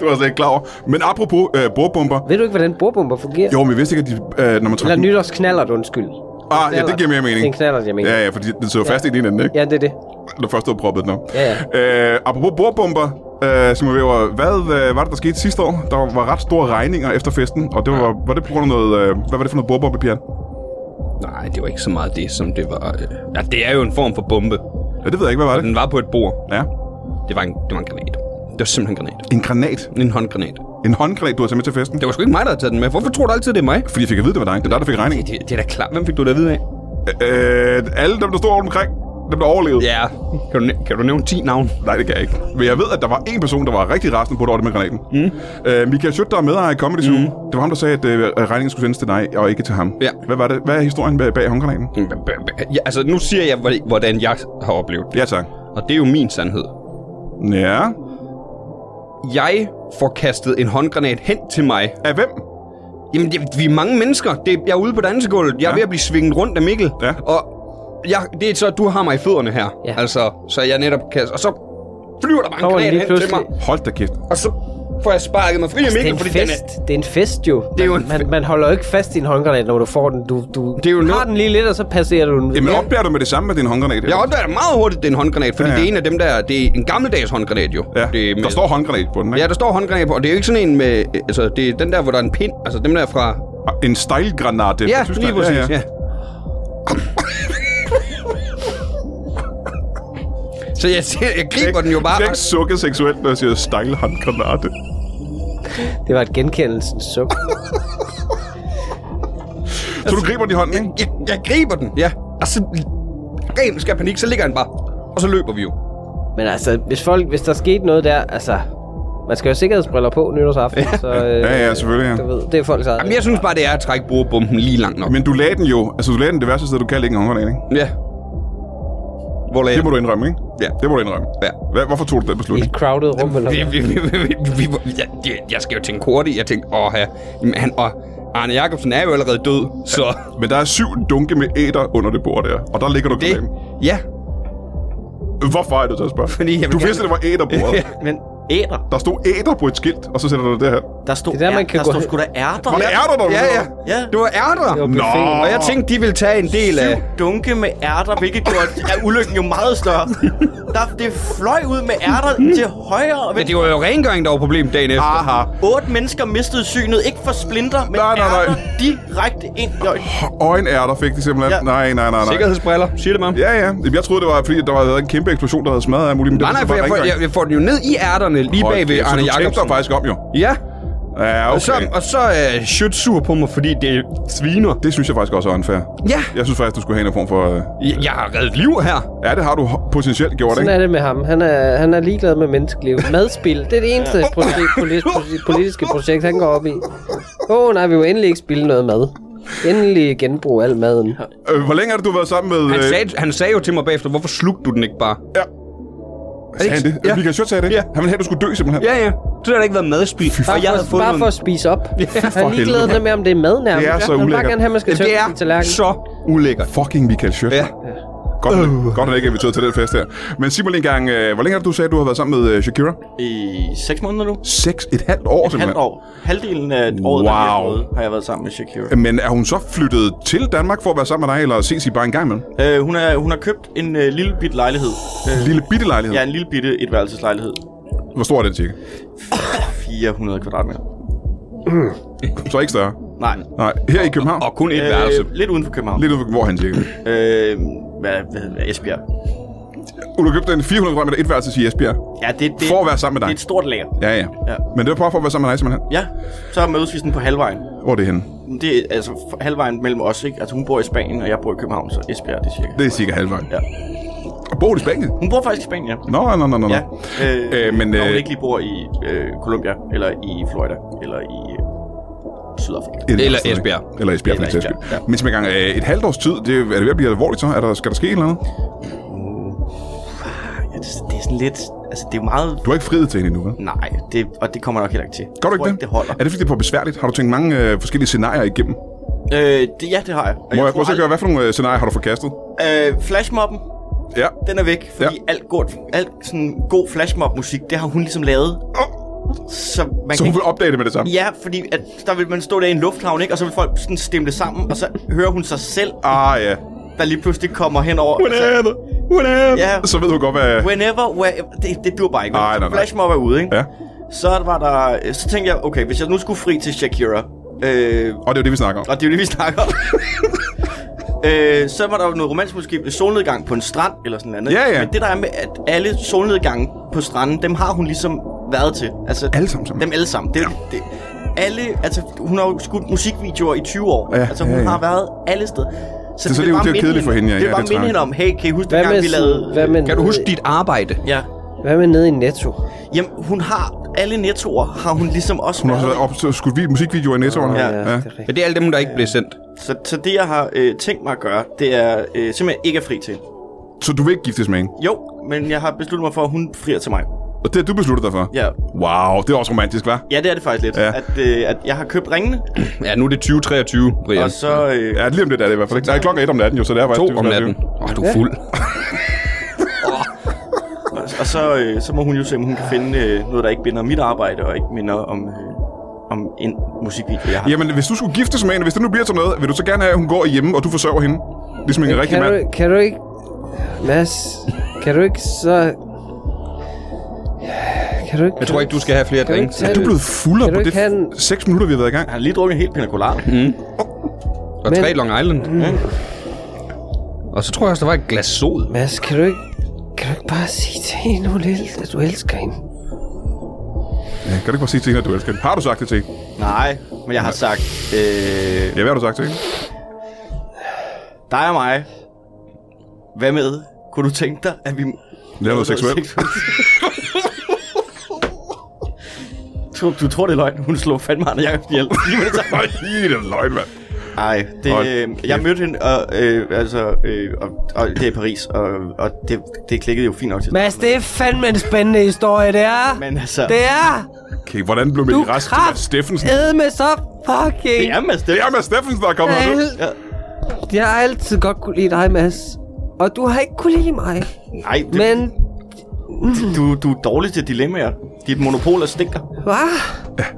S1: Det var jeg slet ikke klar over. Men apropos øh, bordbomber.
S4: ved du ikke, hvordan bordbomber fungerer?
S1: Jo, men jeg vidste ikke, at de, øh, når man trækker...
S4: Eller
S1: den-
S4: nytårsknallert, undskyld.
S1: Ah, ja, det giver mere mening.
S4: Det er en knallert, jeg mener.
S1: Ja, ja, fordi den sidder jo fast i din ende, ikke?
S4: Ja, det er det.
S1: Når først du har proppet den op.
S4: Ja,
S1: Øh, apropos bordbomber, øh, Simon Weber, hvad øh, var det, der skete sidste år? Der var ret store regninger efter festen, og det var, var det på grund af noget... Øh, hvad var det for noget bordbombe, Pia?
S2: Nej, det var ikke så meget det, som det var... øh. Ja, det er jo en form for bombe.
S1: Ja, det ved jeg ikke, hvad var
S2: Og
S1: det?
S2: den var på et bord.
S1: Ja.
S2: Det var en, det var en granat. Det var simpelthen en granat.
S1: En granat.
S2: En håndgranat.
S1: En håndgranat, du har taget med til festen.
S2: Det var sgu ikke mig, der havde taget den med. Hvorfor tror du altid, det er mig?
S1: Fordi jeg fik at vide, det var dig. Det er dig, der fik regningen.
S2: Det, det, det er da klart. Hvem fik du det at vide af?
S1: Øh, alle dem, der stod rundt omkring, dem, der overlevede.
S2: Ja, kan du, næ- kan du nævne 10 navn?
S1: Nej, det kan jeg ikke. Men jeg ved, at der var en person, der var rigtig rasende på det over det med granaten. Mm. Øh, Michael Schødt, der er medejer i Comedy Zoo, mm. det var ham, der sagde, at øh, regningen skulle sendes til dig, og ikke til ham.
S2: Ja.
S1: Hvad var det? Hvad er historien bag, bag håndgranaten?
S2: Ja, altså, nu siger jeg, hvor- hvordan jeg har oplevet det.
S1: Ja, tak.
S2: Og det er jo min sandhed.
S1: Ja.
S2: Jeg får kastet en håndgranat hen til mig.
S1: Af hvem?
S2: Jamen, det, vi er mange mennesker. Det, jeg er ude på dansegulvet. Jeg
S1: Ja.
S2: er ja. ved at blive svinget rundt af Mikkel.
S1: Ja.
S2: Og jeg, det er så, du har mig i fødderne her.
S4: Ja.
S2: Altså, så jeg netop kaster. Og så flyver der bare en
S4: Kommer
S2: granat
S4: lige
S2: hen til mig.
S4: pludselig. Altså,
S1: Hold da kæft.
S2: Og så får jeg sparket mig fri af
S4: Det er
S2: Mikkel,
S4: en
S2: fordi den er...
S4: fest. Det er en fest, jo.
S2: Det er jo
S4: Man-
S2: en fe-
S4: man, man holder jo ikke fast i en håndgranat, når du får den. Du, du
S2: er jo
S4: har
S2: noget-
S4: den lige lidt, og så passerer du den.
S1: Jamen opdager du med det samme, med din håndgranat?
S2: Jeg opdager det meget hurtigt, det er en håndgranat, fordi
S1: Ja,
S2: ja,
S1: ja.
S2: ja. det er en af dem der, det er en gammeldags håndgranat jo.
S1: Ja.
S2: Det er med,
S1: Der står håndgranat på den, ikke?
S2: Ja, der står håndgranat på, og det er jo ikke sådan en med, altså det er den der, hvor der er en pind, altså dem der fra
S1: En stejlgranate
S2: Ja,
S1: fra Tyskland.
S2: lige præcis, ja. ja. Så jeg, ser- jeg griber den jo bare.
S1: Jeg sukket seksuelt, når jeg siger stejlhåndgranate.
S4: Det var et genkendelsens suk.
S1: Så
S2: Altså-
S1: du griber den i hånden, ikke?
S2: Jeg, jeg griber den, ja. Og så ren skal panik, så ligger han bare. Og så løber vi jo.
S4: Men altså, hvis, folk, hvis der skete noget der, altså... Man skal jo have sikkerhedsbriller på nytårsaften, ja. så... Øh,
S1: Ja, ja, selvfølgelig, ja.
S4: Du ved, det er folks eget.
S2: Jamen, jeg synes bare, det er at trække bordbomben lige langt nok.
S1: Men du lagde den jo. Altså, du lagde den det værste sted, du kan lægge en håndgranat, ikke?
S2: Ja. Hvor lagde
S1: Det må du indrømme, ikke?
S2: Ja.
S1: Det må du indrømme.
S2: Ja.
S1: Hvad, hvorfor tog du den
S4: I
S1: beslutning?
S4: et crowded rum, eller
S2: Vi,
S4: hvad?
S2: vi, vi, vi, vi, vi, jeg, jeg- jeg skal jo tænke hurtigt. Jeg tænkte, åh, ja, jamen, han, og Arne Jacobsen er jo allerede død, så
S1: Men der er syv dunke med æder under det bord der, og der ligger du
S2: det...
S1: det...
S2: Ja,
S1: Hvorfor er du til at spørge?
S2: Fordi jeg vil
S1: du
S2: gerne-
S1: vidste, det var æderbordet.
S2: Ja.
S3: Men æder.
S1: Der stod æder på et skilt, og så sætter du det her.
S3: Der stod,
S4: Det er der, man
S3: æ-
S4: kan
S3: der
S4: gå
S3: stod
S4: hen.
S3: sgu da ærter.
S1: Var det ærter, der
S2: ja,
S1: var
S2: ja.
S3: Ja.
S2: Det var ærter.
S4: Det
S1: Nå.
S4: var buffeten.
S2: Og jeg tænkte, de ville tage en del af...
S3: Syv dunke med ærter, hvilket gjorde at ulykken jo meget større. Der, det fløj ud med ærter til højre og
S2: Men
S3: venstre.
S2: det var jo rengøring, der var problemet dagen efter.
S3: Ah,
S1: Aha.
S3: Otte mennesker mistede synet, ikke for splinter, men
S1: Nej, nej, nej.
S3: ærter direkte ind i øjnene.
S1: Øjenærter fik de simpelthen.
S3: Ja.
S1: Nej, nej, nej, nej.
S2: Sikkerhedsbriller, siger det mig.
S1: Ja, ja. Jamen, Jeg troede, det var, fordi der var været en kæmpe eksplosion, der havde smadret af muligt. Men
S2: Nej,
S1: det var
S2: nej, for
S1: bare
S2: jeg, får,
S1: rengøring.
S2: jeg, jeg får den jo ned i ærterne lige
S1: Hold
S2: bag ved
S1: kæft,
S2: Arne
S1: Så du tænkte dig
S2: Jacobsen.
S1: faktisk om, jo.
S2: Ja,
S1: Ja,
S2: og så,
S1: okay.
S2: og så er Schütz sur på mig, fordi det sviner.
S1: Det synes jeg faktisk også er unfair.
S2: Ja.
S1: Jeg synes faktisk, du skulle have en form for... øh,
S2: Jeg, jeg har reddet liv her.
S1: Ja, det har du ho- potentielt gjort,
S4: Sådan
S1: ikke?
S4: er det med ham. Han er, han er ligeglad med menneskeliv. Madspil, det er det eneste projekt, polit, polit, politiske projekt, han går op i. Åh oh, nej, vi må endelig ikke spille noget mad. Endelig genbrug al maden.
S1: Øh, Hvor længe har det, du været sammen med...
S2: Han
S1: øh,
S2: sagde, han sagde jo til mig bagefter, hvorfor slugte du den ikke bare?
S1: Ja. Sagde han det?
S2: Ja.
S1: Ja. Michael Schødt sagde det?
S2: Ja.
S1: Ja. Han ville have, at du skulle dø, simpelthen.
S2: Ja, ja. Så har det ikke været madspil. Fy
S4: Bare,
S2: jeg havde
S4: for,
S2: fået
S4: bare for
S2: nogle-
S4: at spise op. Han er
S1: For
S4: ligeglad
S1: helvede.
S4: med, om det er mad nærmest.
S1: Det er så
S4: han vil bare
S1: ulækkert.
S4: gerne have, at man skal
S2: det
S4: tømme sin
S2: er
S4: tallerken.
S2: så ulækkert.
S1: Fucking Michael Schødt.
S2: Ja.
S1: Godt, uh. godt, at ikke er inviteret til den fest her. Men sig mig lige engang, øh, hvor længe har du sagde, at du har været sammen med øh, Shakira?
S3: I seks måneder nu.
S1: Seks, et halvt år, et simpelthen.
S3: Halvt år. Halvdelen af året, der
S1: Wow.
S3: er gået, har jeg været sammen med Shakira.
S1: Øh, Men er hun så flyttet til Danmark for at være sammen med dig, eller ses I bare en gang imellem?
S3: Øh, hun, er, hun har købt en øh, lille bit lejlighed.
S1: En lille bitte lejlighed.
S3: Ja, en lille bitte etværelseslejlighed.
S1: Hvor stor er den cirka?
S3: 400 kvadratmeter.
S1: Så ikke større.
S3: Nej.
S1: Nej, her i København.
S2: Og kun et værelse.
S3: Øh, lidt uden for København.
S1: Lidt ud hvor han cirka.
S3: Øh, hvad, hvad hedder det? Esbjerg.
S1: Du har købt en 400 kvadratmeter etværelses i Esbjerg.
S3: Ja, det, det,
S1: For at være sammen med dig.
S3: Det er et stort lager.
S1: Ja, ja,
S3: Ja.
S1: Men det var bare for at være sammen med dig, simpelthen.
S3: Ja, så mødes vi sådan på halvvejen.
S1: Hvor er det henne?
S3: Det er altså f- halvvejen mellem os, ikke? Altså hun bor i Spanien, og jeg bor i København, så Esbjerg, det er cirka.
S1: Det er cirka halvvejen.
S3: Ja.
S1: Og bor du i Spanien?
S3: Hun bor faktisk i Spanien, ja.
S1: Nå, nå, nå, nå.
S3: Ja, øh,
S1: Øh, men,
S3: men, når hun
S1: øh,
S3: ikke lige bor i øh, Colombia, eller i Florida, eller i øh, Sydafrika.
S1: Et
S2: Eller
S1: sted, ikke?
S2: Esbjerg.
S1: Eller Esbjerg, for
S3: Eller
S1: den sags
S3: Esbjerg,
S1: skyld. Men som gang, øh, et halvt års tid, det er er det ved at blive alvorligt så? Er der, skal der ske et eller andet?
S3: Ja, det, det er sådan lidt... Altså, det er jo meget...
S1: Du har ikke friet til hende endnu, vel?
S3: Nej, det, og det kommer nok heller ikke til.
S1: Gør du
S3: jeg tror
S1: ikke det?
S3: det holder.
S1: Er det fordi, det er for besværligt? Har du tænkt mange øh, forskellige scenarier igennem?
S3: Øh, det, ja, det har jeg. Og
S1: Må jeg
S3: tror
S1: prøve at gøre, hvad for nogle øh, scenarier har du forkastet?
S3: aldrig- Øh, flashmobben,
S1: Ja.
S3: den er væk, fordi
S1: Ja.
S3: ja. alt, godt, alt sådan god flashmob-musik, det har hun ligesom lavet. Så man
S1: Så
S3: kan
S1: hun
S3: ikke...
S1: vil opdage det med det samme?
S3: Ja, fordi at der vil man stå der i en lufthavn, ikke? Og så vil folk sådan stemple sammen, og så hører hun sig selv,
S1: Ah, ja.
S3: der lige pludselig kommer henover.
S1: Whatever. Whatever.
S3: Ja.
S1: Så ved hun godt, hvad...
S3: Whenever, wherever, det, det dur bare ikke.
S1: Nej, nej, nej.
S3: Flashmob er ude, ikke?
S1: Ja.
S3: Så var der, så tænkte jeg, okay, hvis jeg nu skulle fri til Shakira,
S1: Og
S3: øh,
S1: det er jo det, vi snakker om.
S3: og det er jo det, vi snakker om. øh, så var der jo noget romantisk måske ved solnedgang på en strand, eller sådan noget.
S1: Ja, ja.
S3: Men det der er med, at alle solnedgange på stranden, dem har hun ligesom været til. Altså,
S1: Alle sammen, simpelthen?
S3: Dem alle sammen. Det, ja. det, alle, altså, hun har jo skudt musikvideoer i 20 år.
S1: Ja,
S3: altså, hun
S1: ja, ja.
S3: har været alle steder.
S1: Det- så
S3: vil
S1: det er jo-
S3: bare
S1: det er jo
S3: minde
S1: kedeligt for hende, ja.
S3: Det
S1: Ja,
S3: er bare
S1: det
S3: minde
S1: tror
S3: hende
S1: jeg.
S3: om, hey, kan I huske,
S4: Hvad
S3: dengang
S4: med,
S3: vi
S4: sådan-
S3: lavede...
S4: hvad med,
S2: Kan du huske dit arbejde?
S3: Ja.
S4: hvad med nede i Netto?
S3: Jamen, hun har... Alle nettoer har hun ligesom også
S1: Hun har også været op, så skudt vi- musikvideoer i nettoerne.
S3: Ja.
S4: det er rigtigt.
S2: Ja, det er alle dem, der ikke blev sendt.
S3: Så, så det, jeg har øh, tænkt mig at gøre, det er øh, simpelthen ikke at fri til.
S1: Så du vil ikke giftes med hende?
S3: Jo, men jeg har besluttet mig for, at hun frier til mig.
S1: Og det har du besluttet dig for?
S3: Ja.
S1: Wow, det er også romantisk, hva'?
S3: Ja, det er det faktisk lidt.
S1: Ja.
S3: At, øh, at jeg har købt ringene,
S2: Ja, nu er det 2023, Brian.
S3: og så... Øh,
S1: Ja, lige om lidt er det i hvert fald ikke. Nej, klokken er et om natten jo, så det er faktisk...
S2: to
S1: det, vi
S2: om
S1: skal
S2: natten.
S1: lave.
S2: Åh, oh, du er fuld.
S3: Og så, øh, så må hun jo se, om hun kan finde øh, noget, der ikke binder mit arbejde, og ikke minder om, øh, om en musikvideo, jeg har.
S1: Jamen, hvis du skulle giftes med hende, hvis det nu bliver til noget, vil du så gerne have, at hun går hjemme, og du forsørger hende? Ligesom en rigtig
S4: Øh, kan,
S1: mand.
S4: du, kan du ikke... Mads, kan du ikke så... Kan du ikke...
S2: Jeg tror ikke, du skal have flere
S4: Kan du
S2: drinks.
S4: ikke tage-
S1: Du er blevet fuldere
S4: Kan du
S1: på det
S4: ikke have en-
S1: 6 minutter, vi har været i gang.
S3: Han har lige drukket en helt pina colada.
S1: Mm.
S2: Og
S4: Men- Mm.
S2: tre Long Island. Og så tror jeg også, der var et glas sod.
S4: Mads, kan du ikke... Kan du ikke bare sige til hende, hun el- at du elsker hende?
S1: Ja, kan du ikke bare sige til hende, at du elsker hende? Har du sagt det til hende?
S3: Nej, men jeg har sagt, øh,
S1: Ja, hvad har du sagt til hende?
S3: dig og mig, hvad med? Kunne du tænke dig, at vi...
S1: Lav noget seksuelt.
S3: du, du tror, det er løgn. Hun slog fandme Arne Jacob ihjel. Lige med det samme.
S1: Nej, det er løgn, mand.
S3: Ej, det,
S1: Hold
S3: øh, jeg mødte hende, og, øh, altså, øh, og, og, det er i Paris, og, og det, det klikkede jo fint nok til.
S5: Mads, det er fandme en spændende historie, det er.
S3: Men altså,
S5: Det er.
S1: Okay, hvordan blev min
S5: Du
S1: rest til Mads Steffensen?
S5: med så fucking...
S3: det er Mads
S1: Det
S3: Steffensen.
S1: er Mads Steffensen, der er kommet hertil.
S5: Al- Jeg har altid godt kunne lide dig, Mads. Og du har ikke kunne lide mig.
S3: Nej, det,
S5: Men,
S3: du, du er dårlig til dilemmaer. Dit monopol er stinker.
S5: hvad?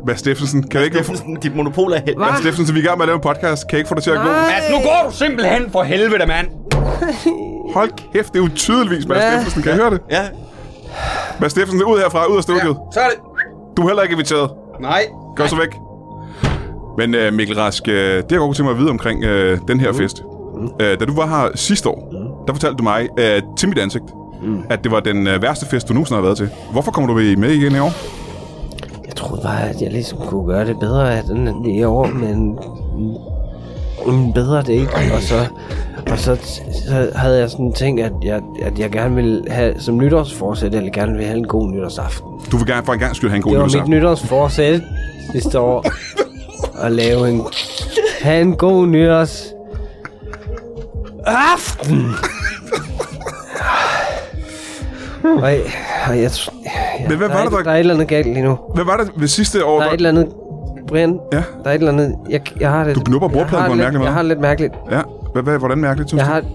S1: Mads Steffensen, kan jeg ikke...
S3: Steffensen, dit monopol er Altså, helvede.
S1: Mads Steffensen, vi er i gang med at lave en podcast. Kan jeg ikke få dig til at glo?
S2: Mads, nu går du simpelthen for helvede, mand.
S1: Hold kæft, det er jo tydeligvis Mads
S5: Ja.
S1: Steffensen. Kan jeg høre det?
S3: Ja,
S1: Mads Steffensen, ud herfra, ud af studiet.
S2: Så er det...
S1: Du er heller ikke inviteret.
S2: Nej.
S1: Gå så væk. Men øh, Mikkel Rask, øh, det jeg godt kunne tænke mig at vide omkring øh, den
S4: Mm.
S1: her fest. Øh, da du var her sidste år, der fortalte du mig øh, til mit ansigt,
S4: Mm.
S1: at det var den øh, værste fest, du nogensinde har været til. Hvorfor kommer du med igen i år?
S4: Jeg troede bare, at jeg ligesom kunne gøre det bedre af den i år, men men bedre det ikke. Og så, og så, så havde jeg sådan en ting, at jeg, at jeg gerne ville have, som nytårsforsæt, eller gerne ville have en god nytårsaften.
S1: Du vil gerne for en gang skyld have en god
S4: Det var mit
S1: nytårsaften.
S4: nytårsforsæt sidste år. At lave en... Have en god nytårs... Aften! Og, jeg- og jeg, tr- ja,
S1: Men hvad
S4: der,
S1: var
S4: er,
S1: det, der-
S4: der er et eller andet galt lige nu.
S1: Hvad var det ved sidste år?
S4: Der er et eller andet... Brian,
S1: Ja.
S4: der er et eller andet... Jeg, jeg har det,
S1: Du knupper bordpladen
S4: jeg har
S1: på en
S4: lidt-
S1: mærkelig måde.
S4: Jeg har det lidt mærkeligt.
S1: Ja, hvad, hvad, hvordan mærkeligt, synes
S4: Jeg
S1: du?
S4: har, Mm.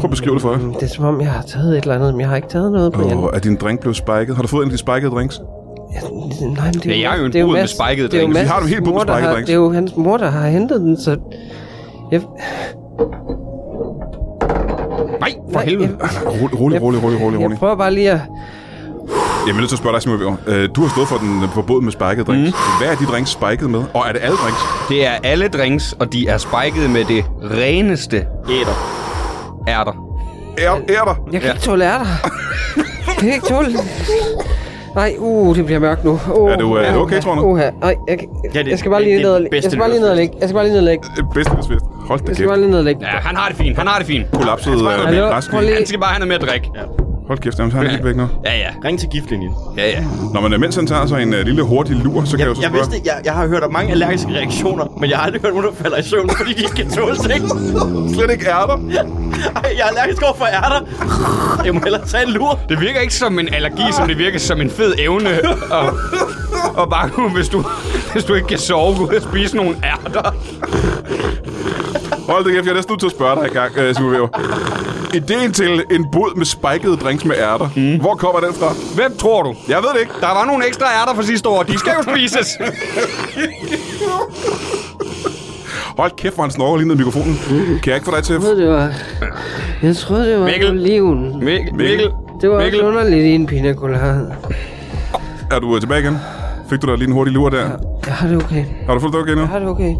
S1: Prøv at beskrive det for os.
S4: det er som om, jeg har taget et eller andet, men jeg har ikke taget noget, Brian.
S1: Åh, er din drink blevet spiket? Har du fået en af de spikede drinks?
S4: Ja, nej, men det
S2: Ja, jeg er jo en
S4: det er
S2: brud med
S4: Mads-
S2: spikede
S4: det er jo
S2: drinks.
S1: Vi har
S4: Mads'
S1: jo helt brud med
S4: mor, der
S1: spikede
S4: har-
S1: drinks.
S4: Det er jo hans mor, der har hentet den, så... Jeg,
S2: Nej, for helvede.
S1: Rolig, rolig, rolig, rolig, rolig.
S4: jeg
S1: rolig.
S4: prøver bare lige at...
S1: Jeg er nødt til at spørge dig, Simon Weber. Øh, Du har stået for den øh, på båden med spikede drinks.
S4: Mhm.
S1: Hvad er de drinks spiket med? Og er det alle drinks?
S2: Det er alle drinks, og de er spiket med det reneste
S3: æder.
S2: ærter.
S1: Er, er der? Øh,
S4: Jeg kan ikke tåle ærter. Jeg kan ikke tåle... Nej, uh, det bliver mørkt nu. Uh,
S1: Er du, øh,
S4: uh,
S1: okay, Trond?
S4: Uh, nej, jeg, kan-
S3: Ja, det-
S4: jeg skal bare lige
S3: det er
S4: ned og
S3: den
S4: lægge. Jeg
S3: bedste
S4: skal bare lige ned og lægge. Jeg skal bare lige ned og lægge.
S1: Øh, Bedste fest. Hold da
S4: Jeg skal bare
S1: kæft.
S4: lige ned og lægge.
S2: Ja, han har det fint, han har det fint.
S1: Kollapset øh, med
S4: Hallo,
S1: rask.
S4: prøv lige-
S2: Han skal bare have noget mere drik.
S1: Hold kæft, jamen, så er han helt væk nu.
S2: Ja, ja,
S3: Ring til giftlinjen.
S2: ja, ja.
S1: Nå, men øh, mens han tager sig en øh, lille hurtig lur, så kan jeg jo
S3: Jeg,
S1: så
S3: jeg
S1: spørge...
S3: vidste, jeg, jeg har hørt om mange allergiske reaktioner, men jeg har aldrig hørt nogen, der falder i søvn, fordi de ikke kan tåle ting.
S1: Slet ikke er der.
S3: Ej, jeg er allergisk over for ærter. Jeg må hellere tage en lur.
S2: Det virker ikke som en allergi, som det virker som en fed evne. Og, og bare kunne, hvis du, hvis du ikke kan sove, gå ud og spise nogle ærter.
S1: Hold da kæft, jeg er næsten nødt til at spørge dig i gang, øh, Simon Weber. Ideen til en båd med spikede drinks med ærter.
S4: Mhm.
S1: Hvor kommer den fra?
S2: Hvem tror du?
S1: Jeg ved det ikke.
S2: Der var nogle ekstra ærter fra sidste år, de skal jo spises.
S1: Hold kæft, hvor han snorker lige ned i mikrofonen. Kan jeg ikke få dig til at...
S4: Mhm. Jeg troede, det var... Jeg troede, det var
S2: Mikkel.
S4: oliven.
S2: Mikkel, Mikkel,
S4: Det var
S2: Mikkel.
S4: også underligt i en pina colada.
S1: Er du øh, tilbage igen? Fik du da lige en hurtig lur der?
S4: Jeg har det okay.
S1: Har du fået det okay nu?
S4: Jeg har det okay.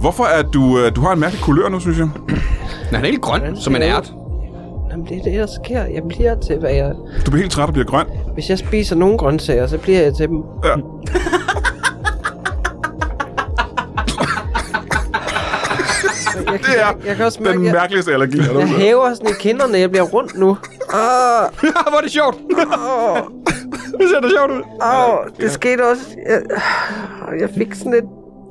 S1: Hvorfor er du... øh, Du har en mærkelig kulør nu, synes jeg.
S2: Men han er helt grøn, som en ært.
S4: Jamen, det er det, der sker. Jeg bliver til, hvad jeg...
S1: Du bliver helt træt og bliver grøn.
S4: Hvis jeg spiser nogle grøntsager, så bliver jeg til dem.
S1: Ja.
S4: Jeg kan,
S1: Det er
S4: jeg, jeg kan også mærke,
S1: den
S4: jeg,
S1: mærkeligste allergi. Jeg,
S4: jeg hæver sådan i kinderne. Jeg bliver rundt nu. Ah,
S2: Hvor er det sjovt. det ser da sjovt ud.
S4: Åh, det skete også. Jeg, jeg fik sådan et...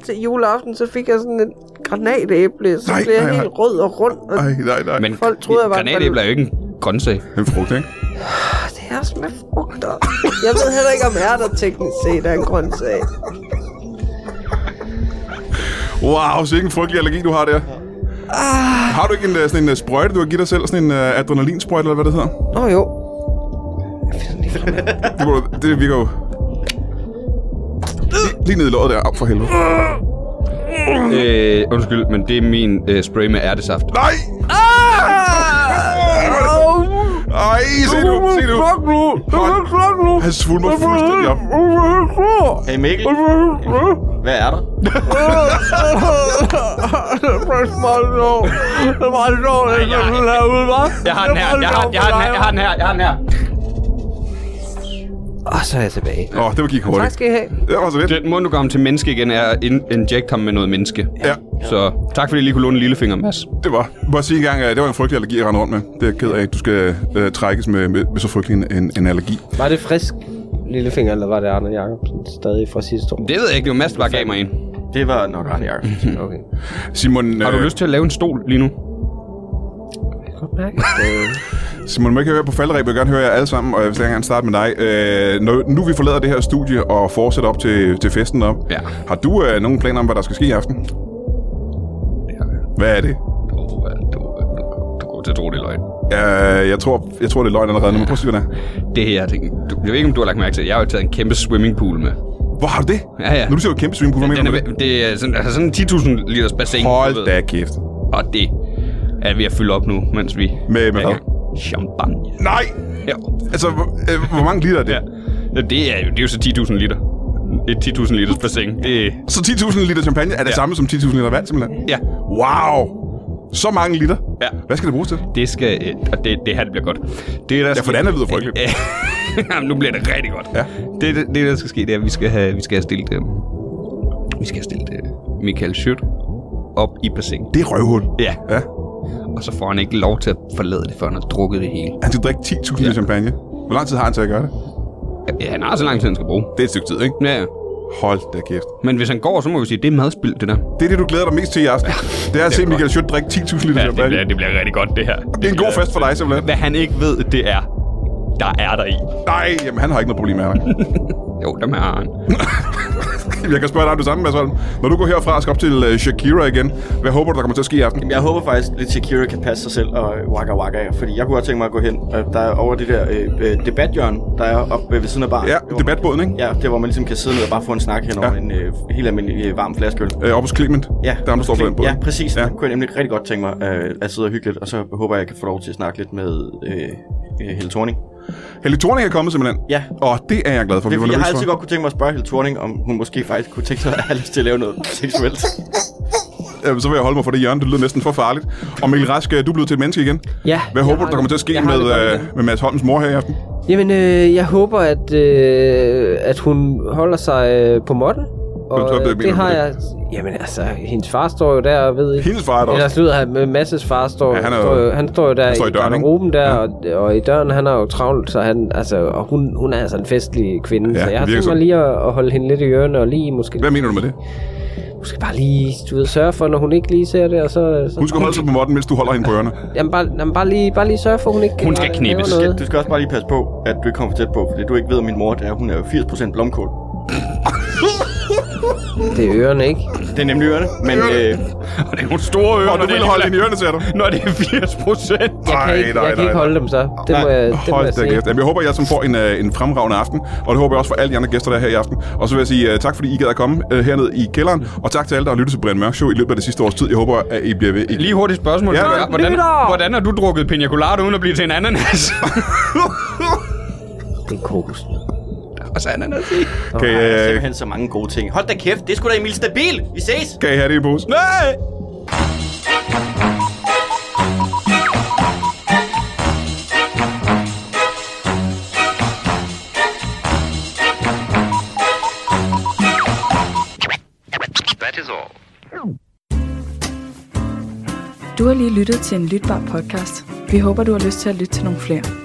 S4: Til juleaften, så fik jeg sådan et granatæble. Så
S1: Nej,
S4: blev jeg
S1: nej,
S4: helt
S1: nej.
S4: rød og rund. Og
S1: Ej, nej, nej.
S2: Men
S4: Folk troede, jeg var en
S2: granatæbler er jo ikke en grøntsag.
S1: En frugt, ikke? Ah.
S4: det er også med frugter. Jeg ved heller ikke, om ærter teknisk set er en grøntsag.
S1: Wow, sikke en frygtelig allergi, du har der.
S4: Ah.
S1: Har du ikke en, øh, sådan en øh, sprøjte, du har givet dig selv? Sådan en uh, adrenalinsprøjte, eller hvad det hedder?
S4: Nå jo. Jeg finder den lige frem.
S1: Det, må, du- det virker jo... Lige, lige ned i låret der. Au, for helvede.
S4: Ah.
S2: Øh, undskyld, men det er min øh, spray med ærtesaft.
S1: Nej! Ah! Ej, Ej, se nu, se nu.
S4: Fuck nu!
S1: Hold-
S4: Fuck nu!
S1: Han svulmer fuldstændig op.
S3: Hey Mikkel, hvad er der?
S2: Jeg har den her, jeg har, jeg har den her, jeg har den her, jeg har den her.
S4: Og så er jeg tilbage.
S1: Åh, det var gik hurtigt.
S4: Tak skal I have.
S1: Det var så lidt.
S2: Den måde, du kommer til menneske igen, er at in- inject ham med noget menneske.
S1: Ja,
S2: Så tak fordi I lige kunne låne en lillefinger, Mads.
S1: det var. Må jeg sige en gang, øh, det var en frygtelig allergi, jeg rendte rundt med. Det er jeg ked af. Du skal øh, trækkes med, med, med så frygtelig en- en, en allergi.
S4: Var det frisk lillefinger, eller var det Arne Jacobsen stadig fra sidste år?
S2: Det ved jeg ikke, det var Mads, der bare gav mig en.
S1: Øh.
S3: Det var nok Arne Jacobsen.
S4: Okay.
S1: Simon,
S2: Har du
S1: øh,
S2: lyst til at lave en stol lige nu?
S4: Jeg kan godt mærke, at øh,
S1: Simon, må jeg ikke høre på falderæb, jeg vil gerne høre jer alle sammen, og jeg vil slet ikke gerne starte med dig. Øh, når, nu vi forlader det her studie og fortsætter op til, til festen op,
S2: Ja.
S1: har du øh, nogen planer om, hvad der skal ske i aften? Hvad er det?
S2: Du, du, du, du går til at tro, det er løgn.
S1: Øh, jeg, tror, jeg tror, det er løgn allerede nu, men prøv at sige, hvad det er.
S2: Det her, det, du, jeg ved ikke, om du har lagt mærke til, jeg har jo taget en kæmpe swimmingpool med.
S1: Hvor har du det?
S2: Ja, ja.
S1: Nu du ser jo et kæmpe swimmingpool, hvad
S2: Den
S1: mener
S2: er,
S1: du med det?
S2: ved- det er sådan, altså sådan en 10.000 liters bassin. du ved.
S1: Hold da kæft.
S2: Og det er ved at fylde op nu, mens vi...
S1: med
S2: er i
S1: hvad?
S2: gang. Champagne.
S1: Nej!
S2: Ja.
S1: Altså, hvor, øh, hvor mange liter er det?
S2: ja. Det, er, jo- det er jo så 10.000 liter. Et 10.000 liters bassin. Det,
S1: Så 10.000 liter champagne er det
S2: Ja.
S1: samme som 10.000 liter vand, simpelthen?
S2: ja.
S1: Wow! Så mange liter.
S2: Ja.
S1: Hvad skal det bruges til?
S2: Det skal... øh, Og det, det her, det bliver godt. Det, der
S1: Ja, for det andet lyder frygteligt.
S2: Jamen, nu bliver det rigtig godt.
S1: Ja.
S2: Det, det, det, der skal ske, det er, at vi skal have, vi skal have stillet... Øh, vi skal have stillet øh, Michael Schødt op i bassinet.
S1: Det er røvhul.
S2: Ja.
S1: Ja.
S2: Og så får han ikke lov til at forlade det, før han har drukket det hele.
S1: Han skal drikke 10.000 liter champagne. Hvor lang tid har han til at gøre det?
S2: Ja, han har så lang tid, han skal bruge.
S1: Det er et stykke tid, ikke?
S2: Ja, ja.
S1: Hold da kæft.
S2: Men hvis han går, så må vi sige, at det er madspild, det der.
S1: Det er det, du glæder dig mest til i aften. Det er at se Michael Schutt drikke 10.000 liter
S2: Ja, det,
S1: champagne.
S2: bliver, det bliver rigtig godt, det her.
S1: Det er en god fest for dig, simpelthen.
S2: Hvad han ikke ved, det er, der er der i.
S1: Nej, jamen han har ikke noget problem med dig.
S2: Jo, dem er han.
S1: Jeg kan spørge dig om det samme, Mads Holm. Når du går herfra og skal op til øh, Shakira igen, hvad håber du, der kommer til at ske i aften?
S3: Jamen, jeg håber faktisk lidt, Shakira kan passe sig selv og øh, waka waka af, fordi jeg kunne godt tænke mig at gå hen. Og der er over det der øh, øh, debathjørn, der er oppe ved siden af baren.
S1: Ja,
S3: Det var-
S1: debatbåden, ikke?
S3: Ja, det er, hvor man ligesom kan sidde ned og bare få en snak hen over
S1: Ja.
S3: ja. en øh, helt almindelig øh, varm flaske øl.
S1: Øh, oppe hos Clement.
S3: Ja,
S1: Der er der står på den båd.
S3: Ja, præcis.
S1: Ja.
S3: Ja. Det kunne jeg nemlig rigtig godt tænke mig øh, at sidde og hygge lidt, og så håber jeg, jeg kan få lov til at snakke lidt med øh, øh, Helle Thorning.
S1: Helle Thorning er kommet simpelthen.
S3: Ja.
S1: Og det er jeg glad for.
S3: Det
S1: vi
S3: er,
S1: var
S3: fordi jeg har
S1: nervøse
S3: altid
S1: for.
S3: godt kunne tænke mig at spørge Helle Thorning, om hun måske faktisk kunne tænke sig at have lyst til at lave noget seksuelt.
S1: Jamen, Øh, så vil jeg holde mig for det hjørne. Det lyder næsten for farligt. Og Mikkel Rask, øh, du er blevet til et menneske igen.
S4: Ja,
S1: Hvad
S4: jeg
S1: håber du,
S4: har
S1: der kommer til at ske
S4: det. Jeg har
S1: med,
S4: det godt
S1: øh,
S4: med det.
S1: med Mads Holms mor her i aften?
S4: Jamen, øh, jeg håber, at, øh, at hun holder sig øh, på måtten.
S1: Hvem så bliver
S4: Og, øh, det
S1: mener
S4: har
S1: med
S4: jeg... Jamen altså, hendes far står jo der og ved ikke...
S1: Hendes far er der
S4: Eller
S1: også.
S4: slutter han med Masses far står,
S1: Ja,
S4: ja,
S1: han
S4: han,
S1: er jo-
S4: står jo, han står jo der
S1: han står i
S4: i,
S1: døren, ikke?
S4: garderoben der, og, og, i døren, han er jo travlt, så han, altså, og hun, hun er altså en festlig kvinde,
S1: Ja,
S4: så jeg
S1: hun virker
S4: har tænkt mig
S1: sådan.
S4: lige at, at, holde hende lidt i ørerne, og lige måske,
S1: Hvad mener du med det?
S4: måske bare lige, du ved, sørge for, når hun ikke lige ser det, og så... så
S1: Hun skal holde sig på måtten, mens du holder hende på ørerne.
S4: jamen, bare, jamen, bare, lige, bare lige sørge for, at hun ikke...
S2: Hun skal
S4: laver
S2: knebes.
S4: noget.
S3: Du skal også bare lige passe på, at du ikke kommer for tæt på, fordi du ikke ved, at min mor det er, hun er jo 80% blomkål.
S4: Det er ørerne, ikke?
S3: Det er nemlig ørerne, men øh,
S2: Og det er nogle store ører,
S1: Og du
S2: når det
S1: vil
S2: er
S1: holde
S2: lige-
S1: hende i ørerne, siger du?
S2: Når det er 80 procent.
S4: Jeg
S1: Nej,
S4: kan ikke,
S1: nej,
S4: jeg kan
S1: nej,
S4: ikke
S1: nej.
S4: holde dem så. Det må jeg, øh, det må
S1: Hold
S4: jeg
S1: da
S4: sige.
S1: kæft. Jamen, jeg håber, jeg som får en, øh, en fremragende aften, og det håber jeg også for alle de andre gæster, der er her i aften. Og så vil jeg sige uh, tak, fordi I gad at komme uh, herned i kælderen, og tak til alle, der har lyttet til Brian Mørk Show i løbet af det sidste års tid. Jeg håber, at I bliver ved. I...
S2: Lige hurtigt spørgsmål.
S1: Ja,
S2: til dig.
S1: hvad?
S2: hvordan,
S4: Lytter!
S2: hvordan har du drukket pina colada uden at blive til en ananas?
S4: Det er kokos.
S2: Og så ananas i.
S1: Kan, I,
S3: der er
S1: øh,
S3: simpelthen så mange gode ting. Hold da kæft, det skulle da Emil Stabil! Vi ses!
S1: kan I have det i en pose?
S2: Nej!
S6: Du har lige lyttet til en lytbar podcast. Vi håber, du har lyst til at lytte til nogle flere.